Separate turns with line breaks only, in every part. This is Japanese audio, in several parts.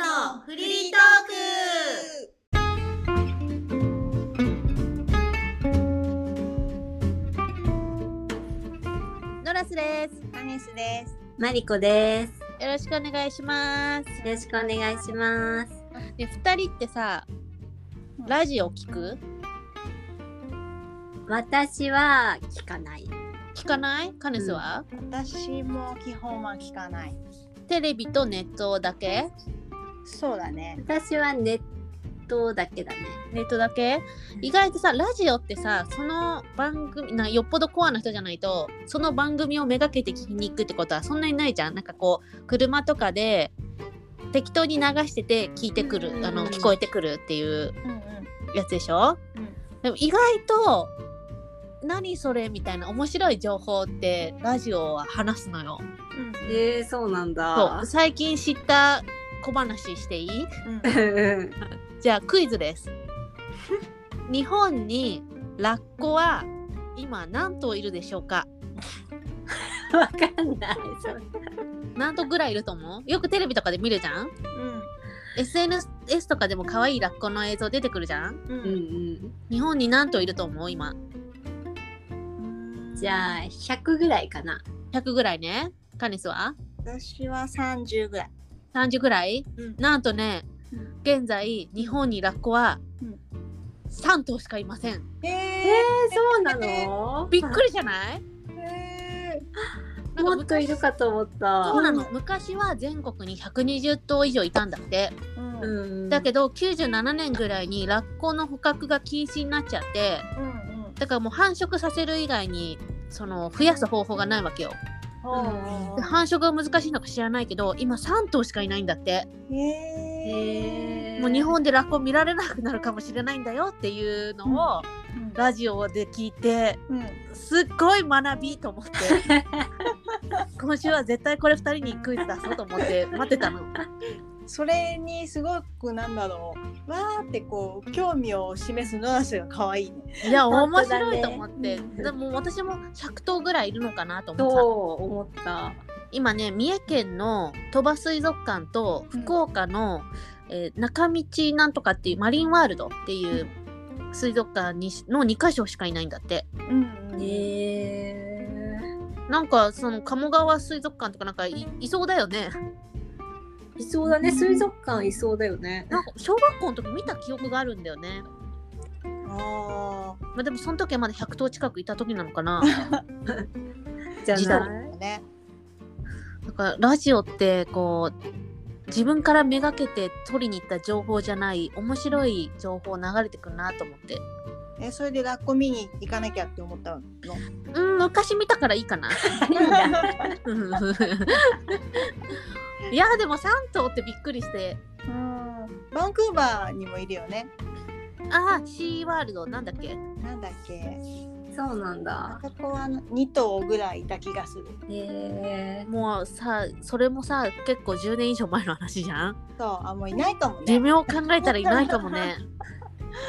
のフリートーク
ノラスです。
マネスです
マリコです。
よろしくお願いします。
よろしくお願いします。
ね、二人ってさ、ラジオ聞く
私は聞かない。
聞かないカネスは、
私も基本は聞かない
テレビとネットだけ
そうだね
私はネットだけだね。
ネットだけ意外とさ、ラジオってさ、その番組な、よっぽどコアな人じゃないと、その番組をめがけて聞きに行くってことはそんなにないじゃん。なんかこう、車とかで適当に流してて聞いてくる、あ
う
の
ん
聞こえてくるっていう
うんうん
やつでしょ、
うん
でも意外と何それみたいな面白い情報ってラジオは話すのよ。
えー、そうなん
そ
だ
う。最近知った小話していい
うん
う ん
じゃあクイズです。日本にラッコは今何頭いるでしょうか
わかんない。そう
何頭ぐらいいると思うよくテレビとかで見るじゃん ?SNS とかでも可愛いラッコの映像出てくるじゃん
うんう
うんん
日本に何頭いると思う今。
うん。じゃあ100ぐらいかな。
100ぐらいね。カネスは
私は30ぐらい
?30 ぐらい、
うん
なんとね、
うん
現在日本にラッコは
うん
3頭しかいません。
え
えー、そうなの？
びっくりじゃない
ー、え
なんか
もっといるかと思っ
そ
た
う。なの昔は全国に120頭以上いたんだって、
ー、うんうん
うん
だけど97年ぐらいにラッコの捕獲が禁止になっちゃって
うん
だからもう繁殖させる以外にその増やす方法がないわけよ
ほ
で繁殖が難しいのか知らないけど今3頭しかいないんだって
うえー、
えー
もう日本でラッコ見られなくなるかもしれないんだよっていうのをラジオで聞いて
うん
すっごい学びと思って 今週は絶対これ2人にクイズ出そうと思って待ってた の。
それにすごくなんだろうわーってこう興味を示すノラスが可愛いね
いや
本
面
当だ
白
ね
いと思って、
うん
でも私も100頭ぐらいいるのかなと思ってさ
そう思った。
今ね三重県の鳥羽水族館と
うん
福岡の、えー中道なんとかっていうマリンワールドっていう水族館にしの2か所しかいないんだって
うんうん
え
なんかその鴨川水族館とかなんかいいそうだよね
ー、いそうだね。水族館いそうだよね。
なんか小学校の時見た記憶があるんだよね、
あ
まあ、でもその時はまだ100頭近くいた時なのかな
じゃ
自
な
動
い
あ。ね
だからラジオってこう自分からめがけて取りに行った情報じゃない面白い情報流れてくるなと思って
えそれでラッコ見に行かなきゃって思ったの
うん昔見たからいいかな いやでも3頭ってびっくりして
うんバンクーバーにもいるよね
ああシーワールドなんだっけ
なんだっけ
そうなん
あ
だ。
そこは2頭ぐらいいた気がする
え
もうさそれもさ結構10年以上前の話じゃん
そうあもういないかも
寿
ね
命を考えたらいないかも ね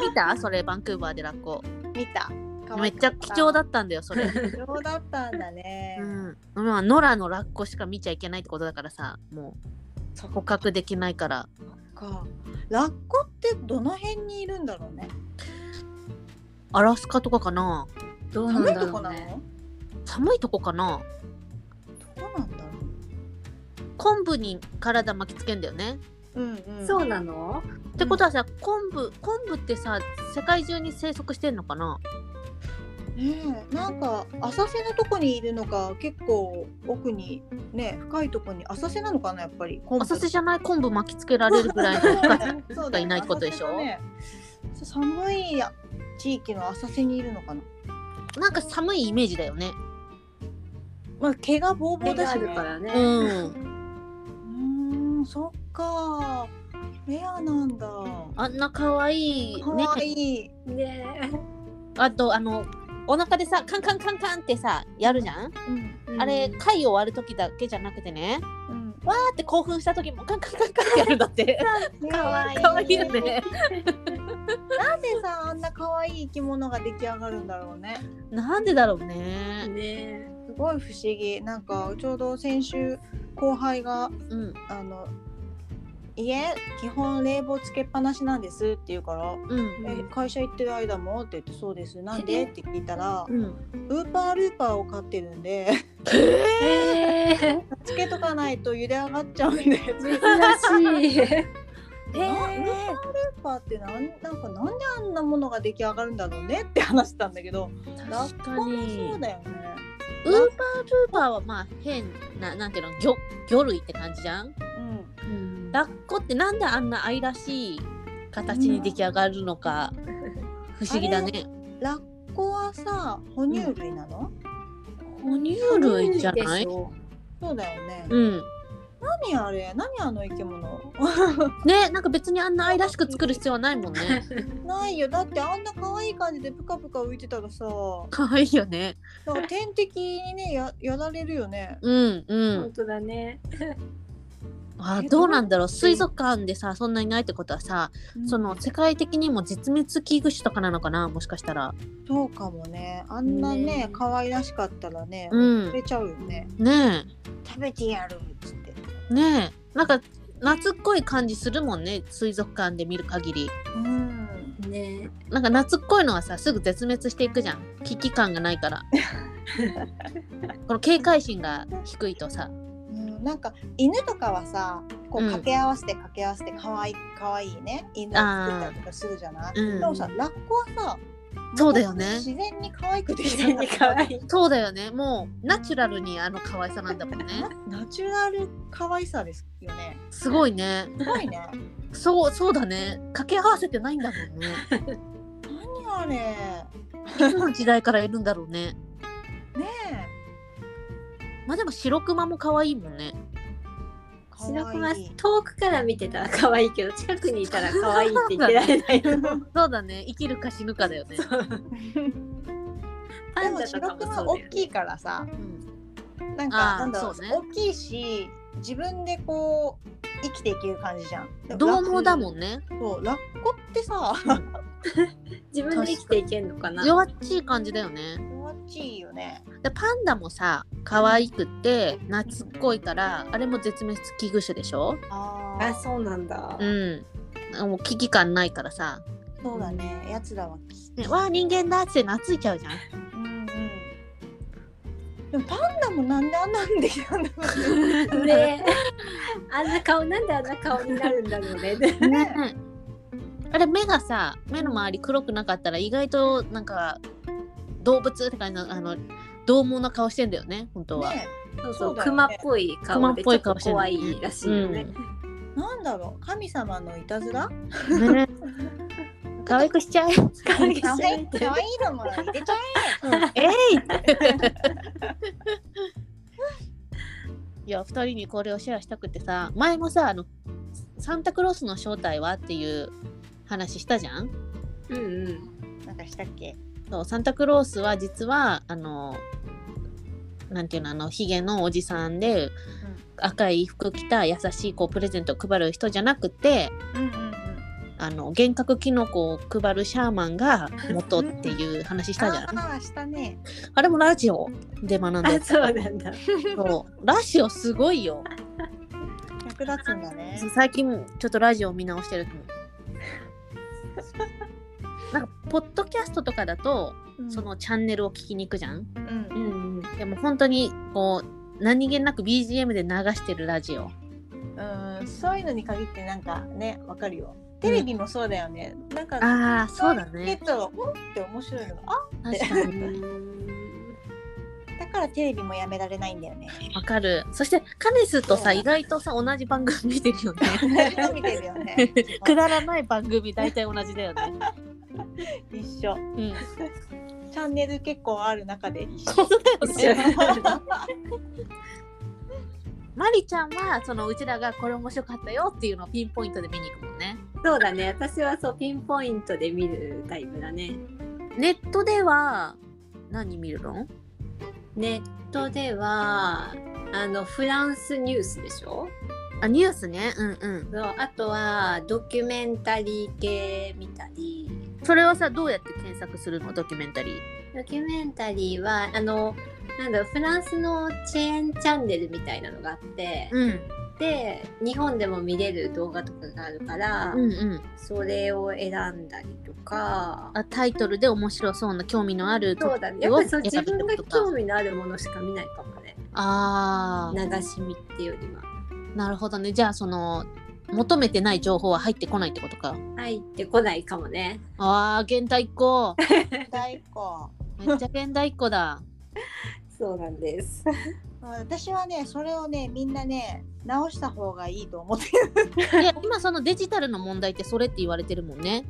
見たそれバンクーバーでラッコ
見た可
め
愛
っ
か
ちゃ貴重
だ
だったんだよそれ
貴重だったんだね、
うん、まあ野良のラッコしか見ちゃいけないってことだからさも
そうっ
捕獲できないから
かラッコってどの辺にいるんだろうね
アラスカとかかな
ー、どうなん
寒い
だ
と
ろ
こ
う
なの、
ね。
寒いとこかな
どうなんだろ
昆布に体巻きつけんだよね、
ううんうん
そうなの？
ってことはさ昆布昆布ってさ世界中に生息してんのかな
ねえなんか浅瀬のとこにいるのか結構奥にね深いとこに浅瀬なのかなやっぱりコンプ
浅瀬じゃない昆布巻きつけられるぐ らいの深さ
そう
がいないってことでしょ
浅瀬だねそう寒いや地域の浅瀬にいるのかな
なんか寒いイメージだよね
まあ毛がボーボ
毛
ーだ
があ
し、
る
ね、
からね。
うん
うーんそっかレアなんだ
あんな可愛い
か
ね
わいい、
ね
あとあのお腹でさカンカンカンカンってさやるじゃん、
うん
え
あれ
うん
貝を割る時だけじゃなくてね
うん、
わーって興奮した時もカンカンカンカンってやるんだって。
かわいい。
可愛いよね。
なんでさあんな可愛い生き物が出来上がるんだろうね
なんでだろうね。
ね
すごい不思議なんかちょうど先週後輩が
うん。
あの家基本冷房つけっぱなしなんですって言うから
う
「
ん
え会社行ってる間も?」って言って「そうですなんで?」って聞いたら
うん
「ウーパールーパーを飼ってるんで
えー、
つけとかないと茹で上がっちゃうんで」ウー
珍しい。
え
パーってなんなんかなんであんなものが出来上がるんだろうねって話したんだけど
確かに
そうだよね。
ウーパールーパーはまあ変ななんていうの魚魚類って感じじゃん
うん、
抱っこってなんであんな愛らしい形に出来上がるのか、不思議だね
ラッコはさ哺乳類なの、
哺乳類じゃない
そうだよね、
うん
何あれ何あの生き物
ねなんか別にあんな愛らしく作る必要はないもん ね
ないよだってあんな可愛い感じでプカプカ浮いてたらさ
可愛いよね
なんか天敵にねややられるよね
うんう
本
ん
当だね。
あどうなんだろう水族館でさそんなにないってことはさその世界的にも絶滅危惧種とかなのかなもしかしたら
そうかもねあんなね
ね
可愛らしかったらね、
うん
食べちゃうよね
ね
食べてやるっつって
えねえなんか夏っこい感じするもんね水族館で見る限り
うん
ね。
なんか夏っこいのはさすぐ絶滅していくじゃん危機感がないから この警戒心が低いとさ
うん、なんか犬とかはさこう
うん
掛け合わせて掛け合わせて可愛い可愛いね犬を作ったりとかするじゃない、
うん
でもさラッコはさ
そうだよね
自然に可愛くでき
自
た
然に可愛い。
そうだよねもうナチュラルにあの可愛さなんだもんね
ナナチュラル可愛さですよね
すごいね
すごいね
そうそうだね掛け合わせてないんだもんね
何あれね
いつの時代からいるんだろうね
え
まあでも白クマも可愛いもんね
可
白熊
愛い
遠くから見てたら可愛いけど近くにいたら可愛いって言ってられないと思う。
そうだね生きるか死ぬかだよね、
パ
で
ン
も
ダと
白
か
く
も
は
そうだ
大
よ
き
ね。
いからさ
うん
なん
あー
かなんだろう
そうね
大きいし自分でこう生きていける感じじゃんでも
獰猛だも
ラ
んね
ッコそうラッコってさ
自分で生きていけんのかな。
弱っちい感じだよね
弱っちいよね
でパンダもさ可愛くって夏っこいからあれも絶滅危惧種でしょ
あ
あ、そうなんだ。
うんもう危機感ないからさ、
そうだねやつらは
ね、わあ人間だって懐いちゃうじゃん
うんうんでもパンダもなんであんなんできたんだ ろ
ね。あんな顔なんであんな顔になるんだろうね。
うね
ねあれ目がさ目の周り黒くなかったら意外となんか動物って感じのあの獰猛な顔してんだよね本当は、
ね
そう そう、
そうだよね
熊っぽい顔でちょっと怖いらしいよね。
なんだろう神様のいたず ら
ね可愛くしちゃえ
可 愛い
可愛い
可愛い
のも入れちゃ
えいいや2人にこれをシェアしたくてさ前もさあの「サンタクロースの正体は?」っていう話したじゃん
うんうん。
えなんかしたっけ
そうサンタクロースは実はあのなんていうのあのヒゲのおじさんで、赤い服着た優しいこうプレゼントを配る人じゃなくて
うんうんうん
あの幻覚キノコを配るシャーマンが元っていう話したじゃん。
ああしたね
あれもラジオで学んだ
あ、
やつ
そうなんだ。
そうラジオすごいよ。
役立つんだね
最近ちょっとラジオを見直してる と思う。なんかポッドキャストとかだと、そのチャンネルを聞きに行くじゃん。
うん
うんうん。
でも本当にこう何気なく BGM で流してるラジオ。
うん、うん、そういうのに限ってなんかねわかるよテレビもそうだよね、なんか
ああそうだ
聞
ね。
くとうんって面白いのがあ
確かに
だからテレビもやめられないんだ よね
わかる。そしてカネスと
そ
さ
う
意外とさ同じ番組見てるよね。
見てるよね
くだらない番組大体同じだよね。
一緒
うん。
チャンネル結構ある中で一緒
そうだ
一
よ
緒
ね。マリちゃんはそのうちらがこれ面白かったよっていうのをピンポイントで見に行くもんね。
そうだね。私はそうピンポイントで見るタイプだね。
ネットでは何見るの
ネットではあのフランスニュースでしょ。
あニュースねうんうん
そうあとはドキュメンタリー系見たり。
それはさどうやって検索するのドキュメンタリー
ドキュメンタリーはあのなんだろうフランスのチェーンチャンネルみたいなのがあって、
うん
って日本でも見れる動画とかがあるから、
うんうん、
それを選んだりとか
あタイトルで面白そうな興味のあると
そうだねやっぱりそう
選
自
ぶ
分
っ
が
てことか
興味のあるものしか見ないかもね
あー
流し見っていうよりは
なるほどねじゃあその求めてない情報は入ってこないってことか
入ってこないかもね
あー現代っ 子
大根
めっちゃ現代っ子だ
そうなんです
私はねそれをねみんなね直した方がいいと思って
いや今そのデジタルの問題ってそれって言われてるもんね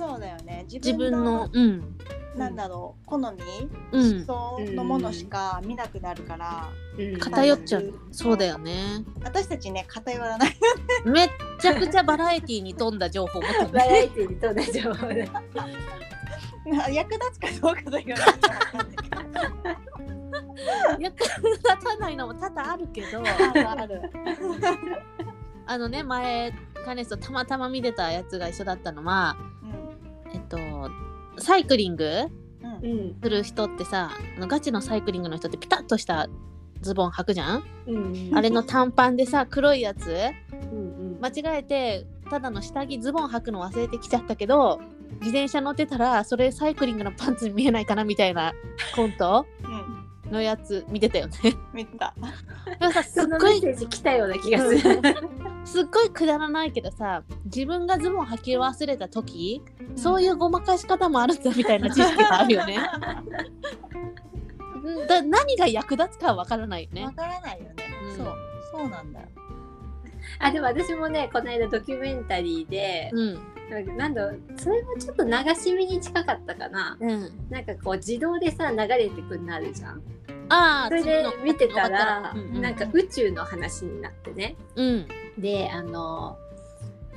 そうだよね自
自
分
分
の
のうん
なんだろう好み、
う
思
ん
想のものしか見なくなるから、
偏っちゃ
うん
うそうだよね
私たちね偏らない
めっちゃくちゃバラエティに富んだ情報を持ってる
バラエティにと同じ情報で
役立つかどうかだけど
役立たないのも多々あるけど
あるある
あのね前カネスとたまたま見てたやつが一緒だったのは
うん
えっとサイクリング
うん
うん
する人ってさあのガチのサイクリングの人ってピタッとしたズボン履くじゃん
うん
あれの短パンでさ黒いやつ
うん
間違えてただの下着ズボン履くの忘れてきちゃったけど自転車乗ってたらそれサイクリングのパンツに見えないかなみたいなコント
うん
のやつ見てたよ ね。
見た
でもさすっ
その
ご
メ
い
ッセージ来たような気がする
すっごいくだらないけどさ自分がズボン履き忘れた時、そういうごまかし方もあるんだみたいな知識があるよ ね。んだ何が役立つかはわからないよ
わ
ね。
からないよね、
うん
そうそうなんだよ
あでも私もねこの間ドキュメンタリーで、
うん
なんだろうそれもちょっと流し見に近かったかな
うん、
なんかこう自動でさ流れてくるのあるじゃん
ああ
それで見てたら、
うんうん
なんか宇宙の話になってね
うん
であの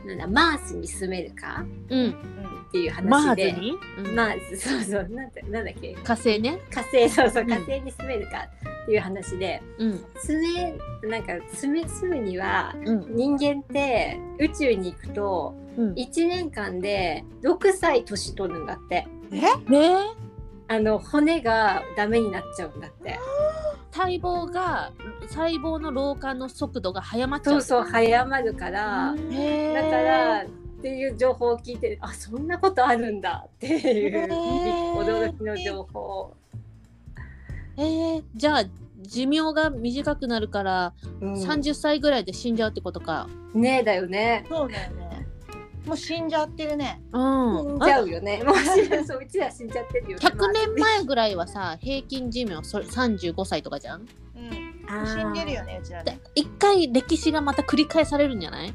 なんだマースに住めるか
うん
うん
っていう
マ
話
ー
で
ズに、うん
マーズ そうそうなんてなんだっけ
火星ね。
火星そうそう
うん
火星に住めるかっていう話で、
うん
住めなんか住め住むには
うん
人間って宇宙に行くと
うん、ね
1年間で6歳年取るんだって
え
あの骨がダメになっちゃうんだって
細胞が細胞の老化の速度が早まっちゃう。
そうそう早まるから、
へー
だからっていう情報を聞いてあそんなことあるんだっていう、
へー
驚きの情報、
えー、じゃあ寿命が短くなるから、30歳ぐらいで死んじゃうってことか。
ねえだよね
そうだよねもう死んじゃってるね
うん
死んじゃうよねもう死ぬそううちら死んじゃってるよね
100年前ぐらいはさ平均寿命そ35歳とかじゃん
うん
まあ
死んでるよねうちら
で
ね
一回歴史がまた繰り返されるんじゃ ない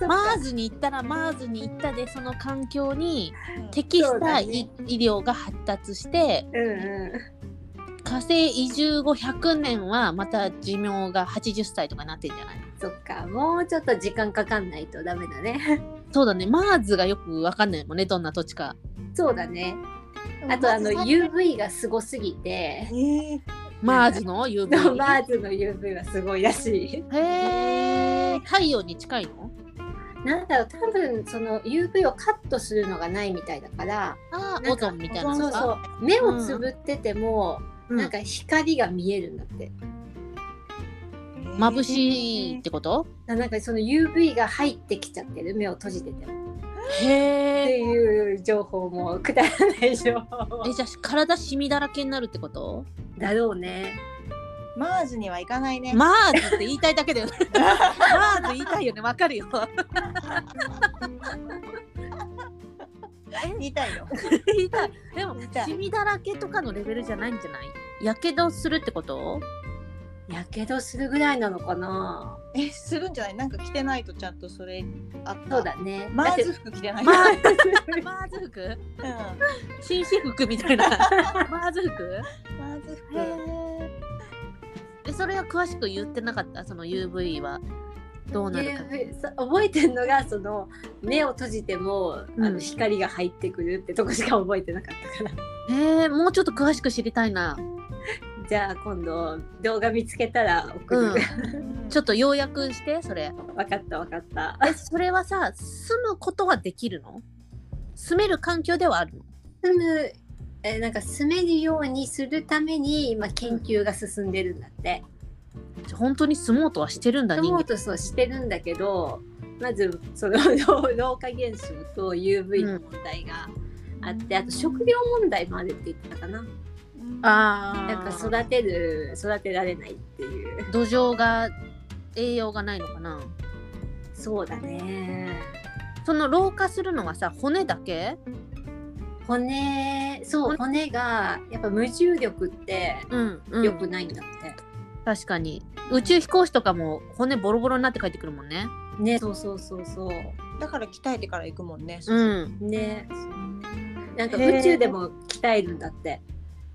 マーマーズに行ったらマーズに行ったでその環境に
うん
適し
そう
た
だ
い、
ね
医療が発達して
うんう
火星移住後100年はまた寿命が80歳とかになってんじゃない
んそっかもうちょっと時間かかんないとダメだね
そうだねマーズがよくわかんないもんねどんな土地か
そうだねあ
ま
とあの
ずさ
UV がすごすぎて
えー
マーズの
の
UV
マーズの UV はすごいらしい。
へー太陽に近いの
なんだろう多分その UV をカットするのがないみたいだから
あ
な
ー
んか
オゾンみたいな
あ
の
そう
か
そう目をつぶってても、
うん
なんか光が見えるんだって。
眩しいってこと
なんかその UV が入ってきちゃってる目を閉じててもっ
へ
て
え。
いう情報もくだらない情報
えじゃあ体シミだらけになるってこと？
だろうね
マーズには行かないね、
マーズって言いたいだけだよね。マーズ言いたいよね。わかるよ。
言いたいよ
言いたい。でも
言いたい
シミだらけとかのレベルじゃないんじゃない？やけどするってこと？
やけどするぐらいなのかな
えするんじゃないなんか着てないとちゃんとそれあった
そうだね
マ
だって
ーズ服着てない
マ
と
ーズマーズ服？
うん
紳士服みたいな。マーズ服？
マーズ服
え。えそれは詳しく言ってなかった。その UV はどうなるか。
UV そう覚えてるのがその目を閉じても、
うん
あの光が入ってくるってとこしか覚えてなかったから
へえもうちょっと詳しく知りたいな。
じゃあ今度動画見つけたら送る、
うんちょっ
と
と要約してそれ。
分かった分かった
えそれはさ住むことはできるの住める環境ではあるの
住むえーなんか住めるようにするために今研究が進んでるんだって、
じゃあ本当に住もうとはしてるんだ人間
もうとそうしてるんだけどまずその 老化現象と UV の問題があって、あと食料問題もあるって言ったかな
あ
なんか
育
育てる育てられないっていう
土壌が栄養がないのかな
そうだね
その老化するのはさ骨だけ
骨そう骨がやっぱ無重力って
うん、
良くないんだって、
確かに宇宙飛行士とかも骨ボロボロになって帰ってくるもんね
ねそうそうそうそう
だから鍛えてから行くもんね。
うん
ねなんか
へー
宇宙でも鍛えるんだって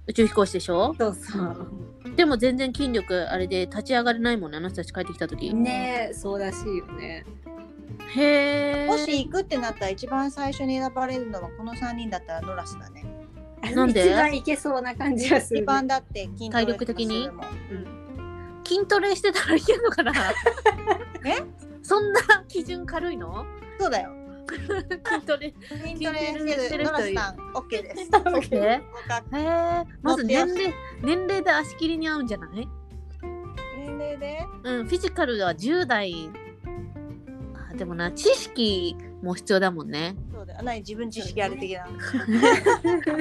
宇宙飛行士でしょ
そうそう
でも全然筋力あれで立ち上がれないもんねあの人たち帰ってきた時、
ねそうらしいよね
へえ
もし行くってなったら一番最初に選ばれるのはこの3人だったらノラスだね。
なんで
一番いけそうな感じがす
一
る、
番だって筋トレとかするもん
筋トレしてたらいけるのかな
え
そんな基準軽いの
そうだよ。
筋トレ
筋トレしてるノラスさん OK です。
オッケーへえまず年
乗
齢年齢で足切りに合うんじゃない
年齢で
うん、フィジカルは10代あでもな知識も必要だもんね
そうだよ。何自分知識ある的な。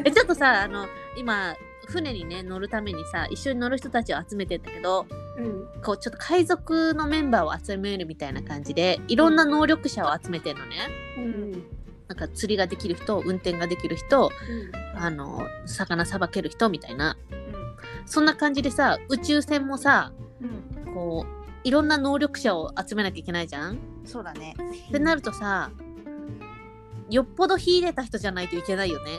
えちょっとさあの今船にね乗るためにさ一緒に乗る人たちを集めてんだけど
うん
こうちょっと海賊のメンバーを集めるみたいな感じでいろんな能力者を集めてんのね
うん
なんか釣りができる人運転ができる人
うん
あの魚さばける人みたいなそんな感じでさ宇宙船もさ
うん。うん。
こういろんな能力者を集めなきゃいけないじゃん
そうだね。
ってなるとさよっぽど秀でた人じゃないといけないよね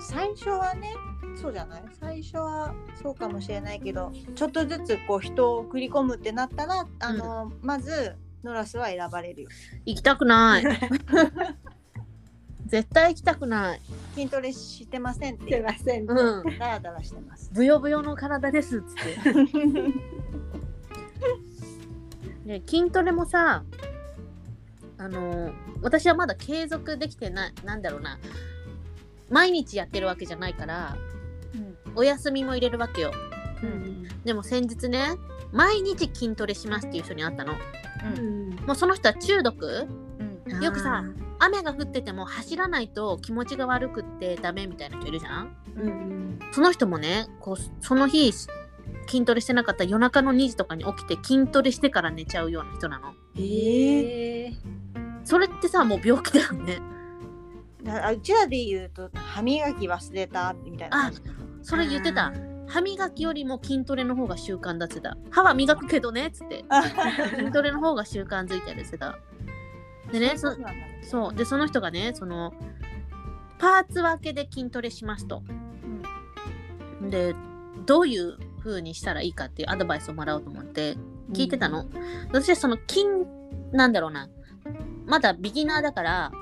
最初はねそうじゃない最初はそうかもしれないけどちょっとずつこう人を送り込むってなったらあの、まずノラスは選ばれるよ
行きたくない絶対行きたくない
筋トレしてませんっ
すい
て
ません、
うん
ダラダラしてます
ブヨブヨの体ですっつってで筋トレもさあのー私はまだ継続できてないなんだろうな毎日やってるわけじゃないから
うん
お休みも入れるわけよ
うん
でも先日ね毎日筋トレしますっていう人に会ったの
うん
もうその人は中毒
うん
よくさ雨が降ってても走らないと気持ちが悪くってダメみたいな人いるじゃん
うん
その人もねこうその日筋トレしてなかったら夜中の2時とかに起きて筋トレしてから寝ちゃうような人なの
ええ
それってさもう病気だよね
だあうちらで言うと歯磨き忘れたみたいな感じ
それ言ってた
あ
歯磨きよりも筋トレの方が習慣だってた歯は磨くけどねっつって筋トレの方が習慣づいてるってたでねそ
そうなんだね
そうでその人がねそのパーツ分けで筋トレしますと
うん
でどういう風にしたらいいかっていうアドバイスをもらおうと思って聞いてたの、私はその筋なんだろうなまだビギナーだから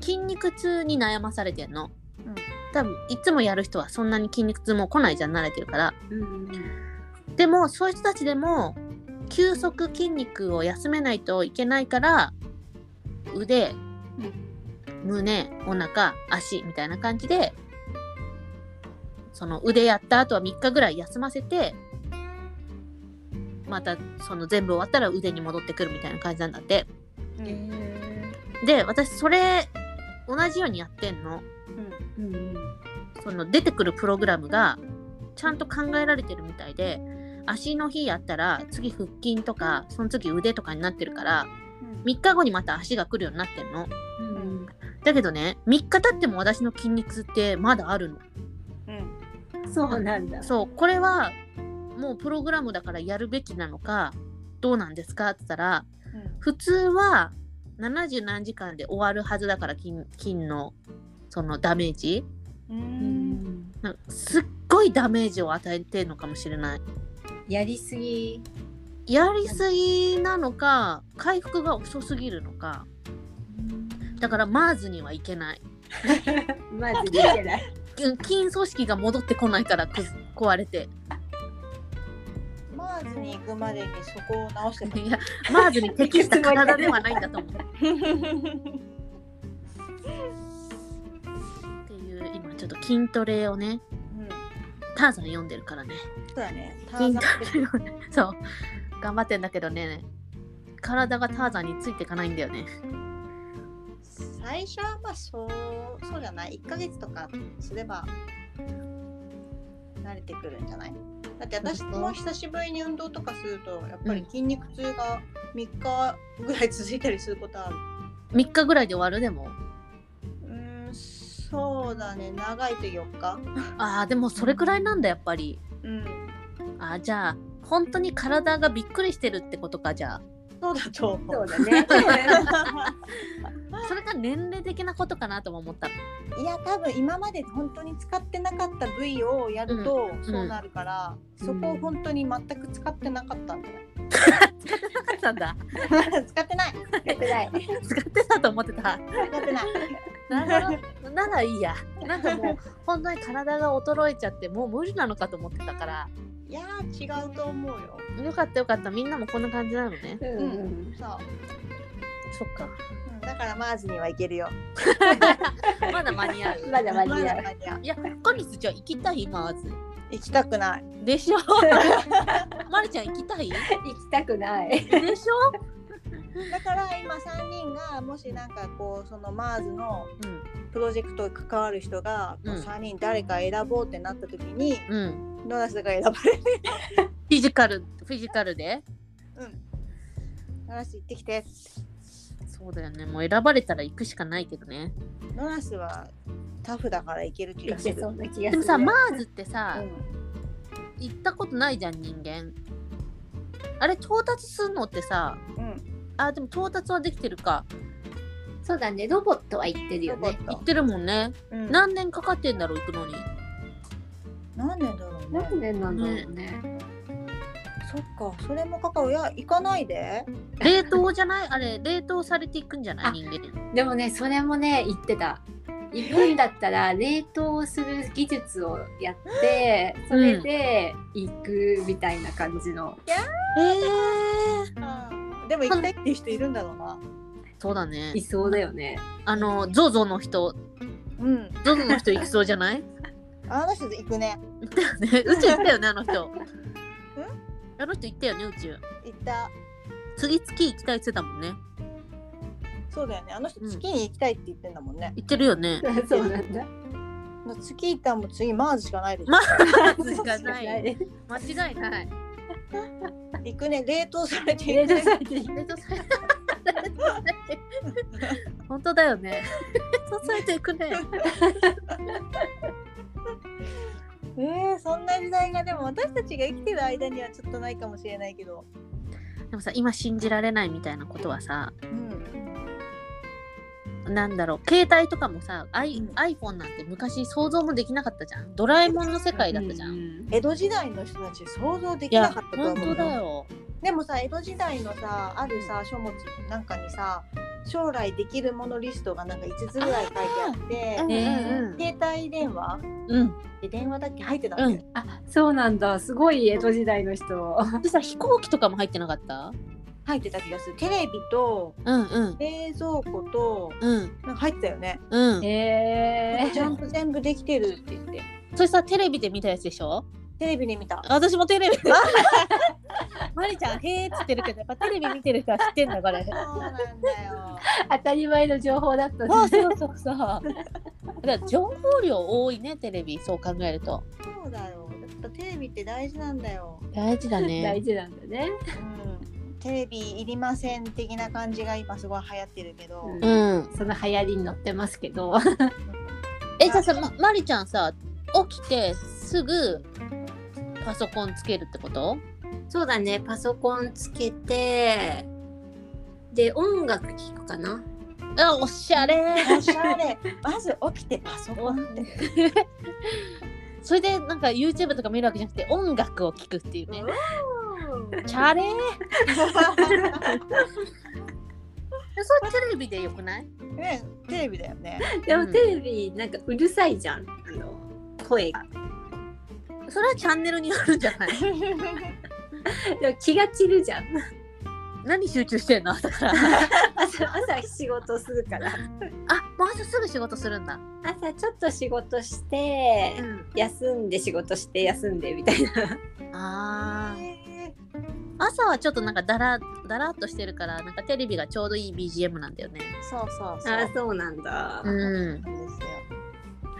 筋肉痛に悩まされてんの、
うん
多分いつもやる人はそんなに筋肉痛も来ないじゃん慣れてるから
うん
でもそういう人たちでも休息筋肉を休めないといけないから腕、胸お腹足みたいな感じでその腕やった後は3日ぐらい休ませてまたその全部終わったら腕に戻ってくるみたいな感じなんだって
うん
で私それ同じようにやってんの
うん
その出てくるプログラムがちゃんと考えられてるみたいで足の日やったら次腹筋とかその次腕とかになってるから3日後にまた足が来るようになってんの
うん
だけどね3日経っても私の筋肉痛ってまだあるの
うん
そうなんだ
そうこれはもうプログラムだからやるべきなのかどうなんですかって言ったら普通は70何時間で終わるはずだから筋筋のそのダメージ
う
うんん
なんかすっごいダメージを与えてるのかもしれない
やりすぎ
やりすぎなのか回復が遅すぎるのかだからマーズにはいけない
まずでき ない
うん筋組織が戻ってこないからくず壊れて
マーズに行くまでにそこを直してた
いやマーズに適した体ではないんだと思うっていう今ちょっと筋トレをね
うん
ターザン読んでるからね
そうやねター
銀
ザン
河そう頑張ってんだけどね体がターザンについていかないんだよね
最初はまあそうそうじゃない1ヶ月とかすれば慣れてくるんじゃないだって私も久しぶりに運動とかするとやっぱり筋肉痛が3日ぐらい続いたりすることある
3日ぐらいで終わるでも
うーんそうだね長いと4日
あーでもそれくらいなんだやっぱり
うん
あーじゃあ本当に体がびっくりしてるってことかじゃあ
そうだと思
そうう だね。
それが年齢的なことかなとも思った
いや多分今まで本当に使ってなかった部位をやると
ん
そうなるから、
うん
そこを本当に全く使ってなかったんじゃ
なかったんだ
ない使ってない
やってない。
使ってたと思ってた
使ってない
なるほどならいいやなんかもう本当に体が衰えちゃってもう無理なのかと思ってたから
いやー違うと思うよ
よかったよかったみんなもこんな感じなのね
うんうん。
そう、
そっか
うん、だからマーズには行けるよ
まだ間に 合う
まだ間に合う。
間に合う
いやカリスちゃん行きたいまず
行きたくない
でしょ まるちゃん行きたい
行きたくない。
でしょ、
だから今3人がもしなんかこうそのマーズの
うん
プロジェクトに関わる人が、こう
うん
3人誰か選ぼうってなった時に
うん、
野良瀬が選ばれる
フィジカルフィジカルで
野良瀬行ってきて
そうだよねもう選ばれたら行くしかないけどね
野良瀬はタフだから行ける気
行
がす
け
る
そうな気がする。
でもさマーズってさ、
うん
行ったことないじゃん人間あれ到達するのってさ
うん
あでも到達はできてるか
そうだね。ロボットは行ってるよね。
行ってるもんね
うん
何年かかってんだろう行くのに
何年だろう
何
ね
年なんだろうね。
そっかそれもかかるいや行かないで
冷凍じゃないあれ冷凍されていくんじゃな
あ
い人間
でもね、それもね、行ってた。行くんだったら冷凍する技術をやってそれで行くみたいな感じの、
えー、
でも行きたいっていう人いるんだろうな
そうだね
いそうだよね。
あの ZOZO の人
うん
ゾゾの人行きそうじゃない
あの人行くね
行ったよね宇宙行ったよねあの人あの人行ったよね宇宙
行った
次々行きたいって言ってたもんね
そうだよねあの人
うん
月に行きたいって言ってんだもんね、
行ってるよね
そうなんだ。
もう月行ったらもう次マーズしかないでしょ
マーズしかない
冷
間違いない
行くね冷凍されている
凍されて行く
冷凍され 本当だよね冷凍されていくね
えー、そんな時代がでも私たちが生きてる間にはちょっとないかもしれないけど、
でもさ今信じられないみたいなことはさ
うん、
なんだろう携帯とかもさ、I
うん
iPhone なんて昔想像もできなかったじゃんドラえもんの世界だったじゃん、い
ん。
江戸時代の人たち想像できな
や
かったと
本
思
当
う
だ
よ
よ
でもさ江戸時代のさあるさ書物なんかにさ将来できるものリストがなんか5つぐらい書いてあって
う
うん
んうん
携帯電話
うん
で電話だっけ入ってたんだよ、
あ、そうなんだ。すごい江戸時代の人。
でさ飛行機とかも入ってなかった
入ってた気がするテレビと
うんうん
冷蔵庫と
うん
なんか入ってたよね
うん
へえ
ちゃんと全部で きてるって言って
それさテレビで見たやつでしょ
テレビで見た
私もテレビでマリち ゃん「へえ」っつってるけどやっぱテレビ見てる人は知ってんだこれ
そうなんだよ
当たり前の情報だったね。
そうそうそうそう だから情報量多いねテレビそう考えると
そうだよだってテレビって大事なんだよ、
大事だ
大
ね
事なんだね。
うん、テレビいりません的な感じが今すごい流行ってるけど、
うん
うん
その流行りに乗ってますけど。
えじゃあさ、ま、マリちゃんさ起きてすぐパソコンつけるってこと
そうだね。パソコンつけて、で、音楽聴くかな。
あおしゃれ
おしゃれまず起きてパソコンって、
それでなんか YouTube とか見るわけじゃなくて音楽を聴くっていうねチ
あ
ャレーそれテレビでよくない
ねテレビだよね
でもテレビ、なんかうるさいじゃん。あの声が。
それはチャンネルによるんじゃない
でも気が散るじゃん。
何集中してんのだから
朝朝仕事するから。
あもう朝すぐ仕事するんだ、
朝ちょっと仕事して、
ん、
休んで仕事して休んでみたいな。
あー
え
朝はちょっとなんかだらだらっとしてるからなんかテレビがちょうどいい BGM なんだよね。
ー そうそうそう。
あそうなんだ、
うん、
なんで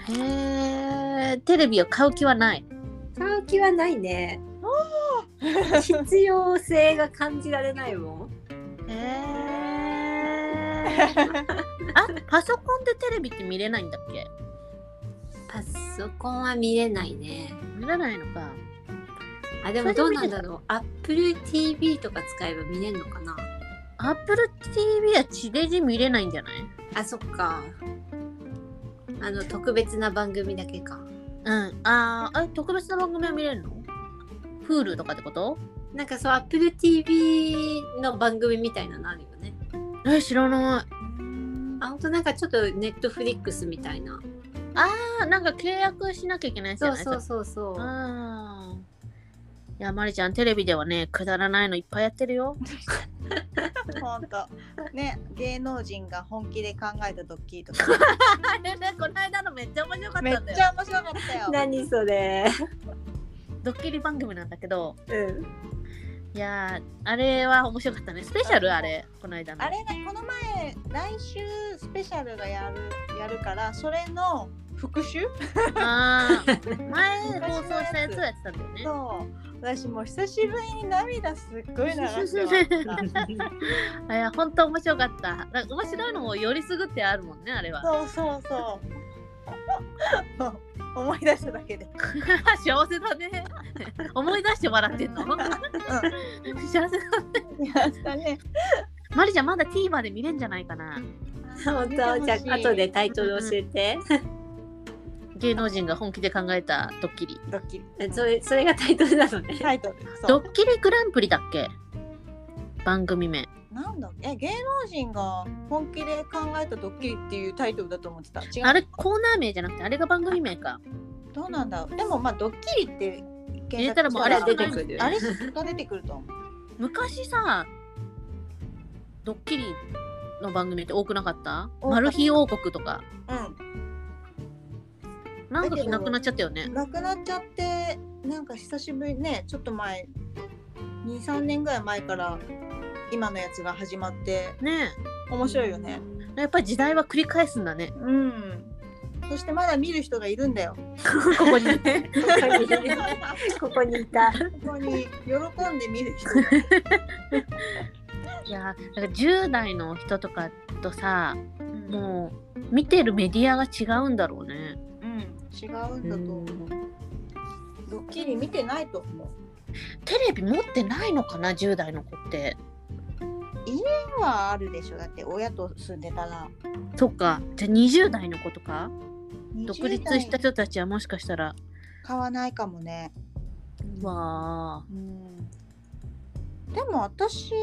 すよ。
へえテレビを買う気はない。
買う気はないね必要性が感じられないもん
へえ あパソコンでテレビって見れないんだっけ
パソコンは見れないね
見れないのか。
あでもどうなんだろう AppleTV とか使えば見れるのかな
Apple TV は地デジ見れないんじゃない
あそっかあの特別な番組だけか
うん。あーあれ特別な番組は見れるの ?Hulu とかってこと
なんかそう AppleTV の番組みたいなのあるよね
え知らない。
あほんとなんかちょっと Netflix みたいな
あなんか契約しなきゃいけないやつじゃ
そう
ない
そうそうそう
れあーいやまりちゃんテレビではねくだらないのいっぱいやってるよ。
本当ね芸能人が本気で考えたドッキリとか
あれねこの間のめっちゃ面白かったんだ
めっ
よ。
ちゃ面白かったよ。
何それ
ドッキリ番組なんだけど
うん
いやーあれは面白かったねスペシャルあれこの間の。
あれだこの前来週スペシャルがやるやるからそれの復習
あー前放送したやつをやってたんだよね。
そう私もう久しぶりに涙すっごい流してました
いや本当面白かった。なんか面白いのもよりすぐってあるもんねあれ は。
そうそうそう思い出しただけで
幸せだね。思い出して笑ってんの。幸せだ。
やったね
マリちゃんまだ TVer で見れんじゃないかな。
本当じゃあ後でタイトル教えて、
芸能人が本気で考えたドッキリ。
ドッキリ
それそれがタイトルなのね
タイトル
ド
そう
ッキリグランプリだっけ番組名。
なんだえ芸能人が本気で考えたドッキリっていうタイトルだと思ってた違う
あれコーナー名じゃなくてあれが番組名か。
どうなんだろうでもまあドッキリって
入れたらもうあ
れ
れ
が
出てくる
あれが出てくると思う
昔さ、ドッキリの番組って多くなかった
多かった
マル秘王国とか。
う
なんか着なくなっちゃったよね
ん。なくなっちゃってなんか久しぶりねちょっと前23年ぐらい前から今のやつが始まって
ね
面白いよね
え。やっぱり時代は繰り返すんだね。
うんそしてまだ見る人がいるんだよ
ここにね。
ここに ここにい た
本当に喜んで見る人
いやー、なんか10代の人とかとさ、
うん
もう見てるメディアが違うんだろうね。
うん、違うんだと思うドッキリ見てないと思う
テレビ持ってないのかな10代の子って
今はあるでしょだって親と住んでたら
そっかじゃあ20代の子とか独
20代
立した人たちはもしかしたら
買わないかもね
わ
うんでも私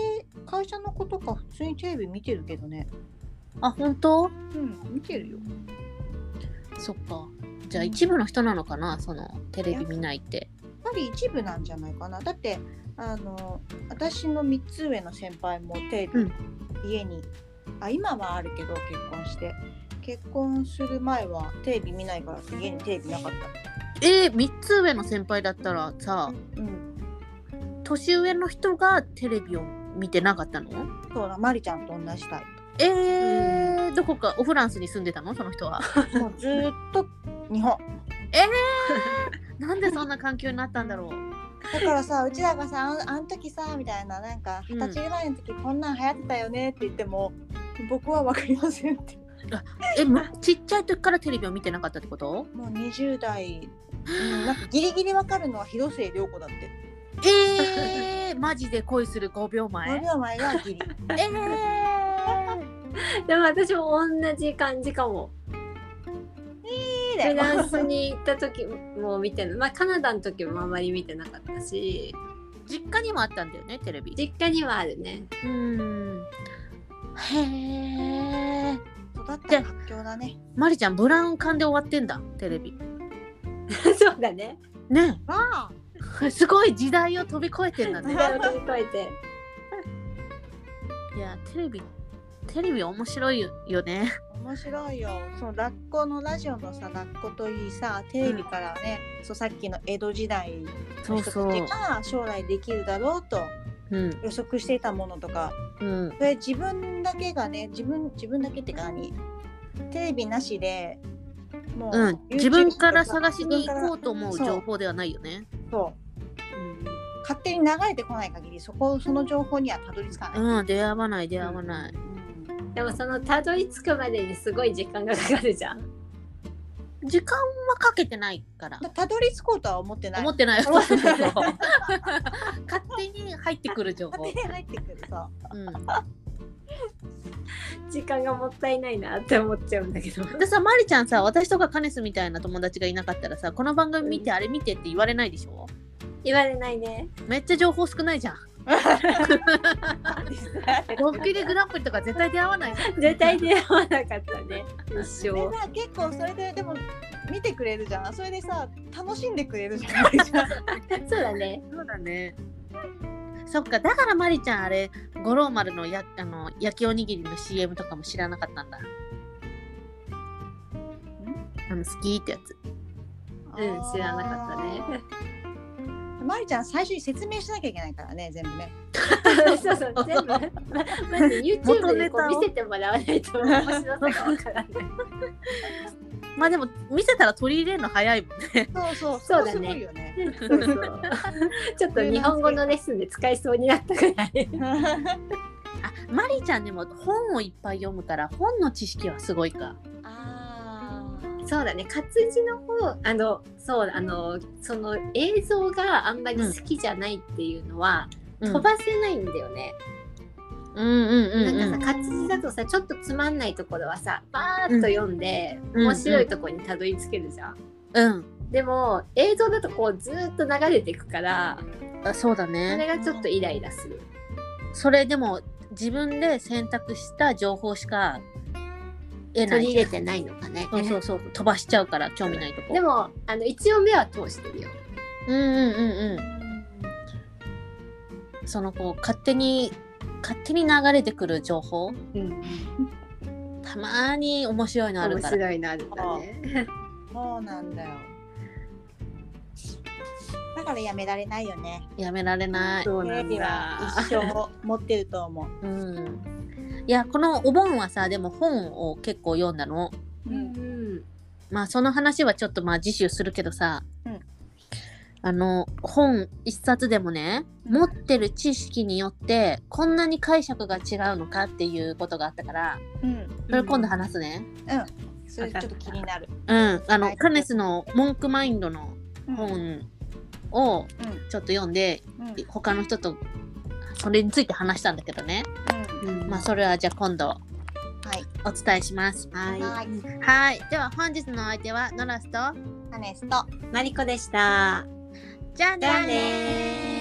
会社の子とか普通にテレビ見てるけどね
ああ本当
うん見てるよ
そっかじゃあ一部の人なのかなそのテレビ見ないって
やっぱり一部なんじゃないかなだってあの私の3つ上の先輩もテレビ、
うん
家にあ今はあるけど結婚して結婚する前はテレビ見ないから家にテレビなかっ
えー、3つ上の先輩だったらさ
たうん
年上の人がテレビを見てなかったの
そうだまりちゃんと同じタイ
えー、どこかオフランスに住んでたのその人 は
プもうずーっと日本
なんでそんな環境になったんだろ う
だからさうちらがさあんあん時さみたいななんか
うん
二十歳ぐらいの時こんなん流行ってたよねって言っても僕は分かりませんって
えむちっちゃい時からテレビを見てなかったってこと
もう20代、うん、なんかギリギリ分かるのは広末涼子だって
えー、マジで恋する5秒前
5秒前がギリ
えー、
でも私も同じ感じかも
いいだ
フ
よ
ランスに行った時も見てないまあカナダの時もあまり見てなかったし
実家にもあったんだよねテレビ。
実家にはあるね
うん。へえ。
育った環境だね。
マリちゃんブラウン管で終わってんだテレビ。
そうだね
ね
まあ、
えすごい時代を 飛び越えてんだね
時。代を乗り越えて
いやテレビテレビ面白いよね。
面白いよそのラッコのラジオのさラッコといいさテレビからね、そうさっきの江戸時代
そ
の
う
人
そう
た。ちが将来できるだろうと
うん
予測していたものとか
うん
それ自分だけがね自分自分だけってか何テレビなしでもう、
うん、自分から探
YouTube
しに
とか
行こうと思う
そう
情報ではないよね。
そう勝手に流れてこない限りそこその情報にはたどり着かない、
うん、出会わない出会わない。
うん
でもそのたどり着くまでにすごい時間がかかるじゃん。
時間はかけてないから。
だたどり着こうとは思ってない
思ってない。
思
そう
って
そう
な
そ
い
う勝手に入ってくる情報。
手に入ってくるさ
う
時間がもったいないなって思っちゃうんだけど。
ん、でさ、まりちゃんさ、私とかカネスみたいな友達がいなかったらさ、この番組見て、あれ見てって言われないでしょ
言われない ね。
めっちゃ情報少 ないじゃん。ドッキリグランプリとか絶対出会わないじゃん。
絶対出会わなかったね。一
みん
生。
な結構それででも見てくれるじゃんそれでさ楽しんでくれる じゃないじゃん
そうだね。
そうだね。そっか、だからまりちゃん、あれ、五郎丸のやあの焼きおにぎりの CM とかも知らなかったんだ。あの、好きってやつ。
うん、知らなかったね。
あーまりちゃん最初に説明しなきゃいけないからね全 部ね
そうそう、全 部。ままず YouTube でこう見せてもらわないと面白さがわからない。
まあでも、見せたら取り入れるの早いもんね。
そうそ
そ
う
うだね
こすごいよね
そうそうちょっと日本語のレッスンで使えそうになったぐらい。
あ、まりちゃんでも本をいっぱい読むから、本の知識はすごいか。
あー
そうだね活字の方あのそうあのその映像があんまり好きじゃないっていうのは、
うん
飛ばせないんだよね、
うんうんうんう
なん
ん。
かさ活字だとさちょっとつまんないところはさバーッと読んで、
うん
面白いところにたどり着けるじゃん、
うん。
でも映像だとこうずーっと流れていくから
あそうだ
それ
ね。
がちょっとイライラする、
それでも、自分で選択した情報しか得な
取
いじ
り入れてないのかね、
ゃん。そうそうそう。飛ばしちゃうから、興味ないとこ。
でもあの一応目は通してるよ
うんうんうんうん。そのこう勝手に勝手に流れてくる情報
うん、
たまーに面白いのある
面
から
白いのあるんだね。
そうなんだよだからやめられないよね
やめられない。
そう
テ
な
レ
ん
ビは
だ。
一生持ってると思う、
うん。いやこのお盆はさでも本を結構読んだの。
うん
まあその話はちょっとまあ次週するけどさ、
うん
あの本一冊でもね
うん
持ってる知識によってこんなに解釈が違うのかっていうことがあったから
うん、
それ今度話すね。
それちょっと気になる、
うん、あ
は
の
い
カネスの「モンクマインド」の
うんうん
本をちょっと読んで他の人とそれについて話したんだけどね、
う
うん
まあ、それはじゃあ今度お伝えします
ん
は
はい
いはいでは本日のお相手はノラスと
カネスト
マリコでした。
じゃあねー
じゃあねー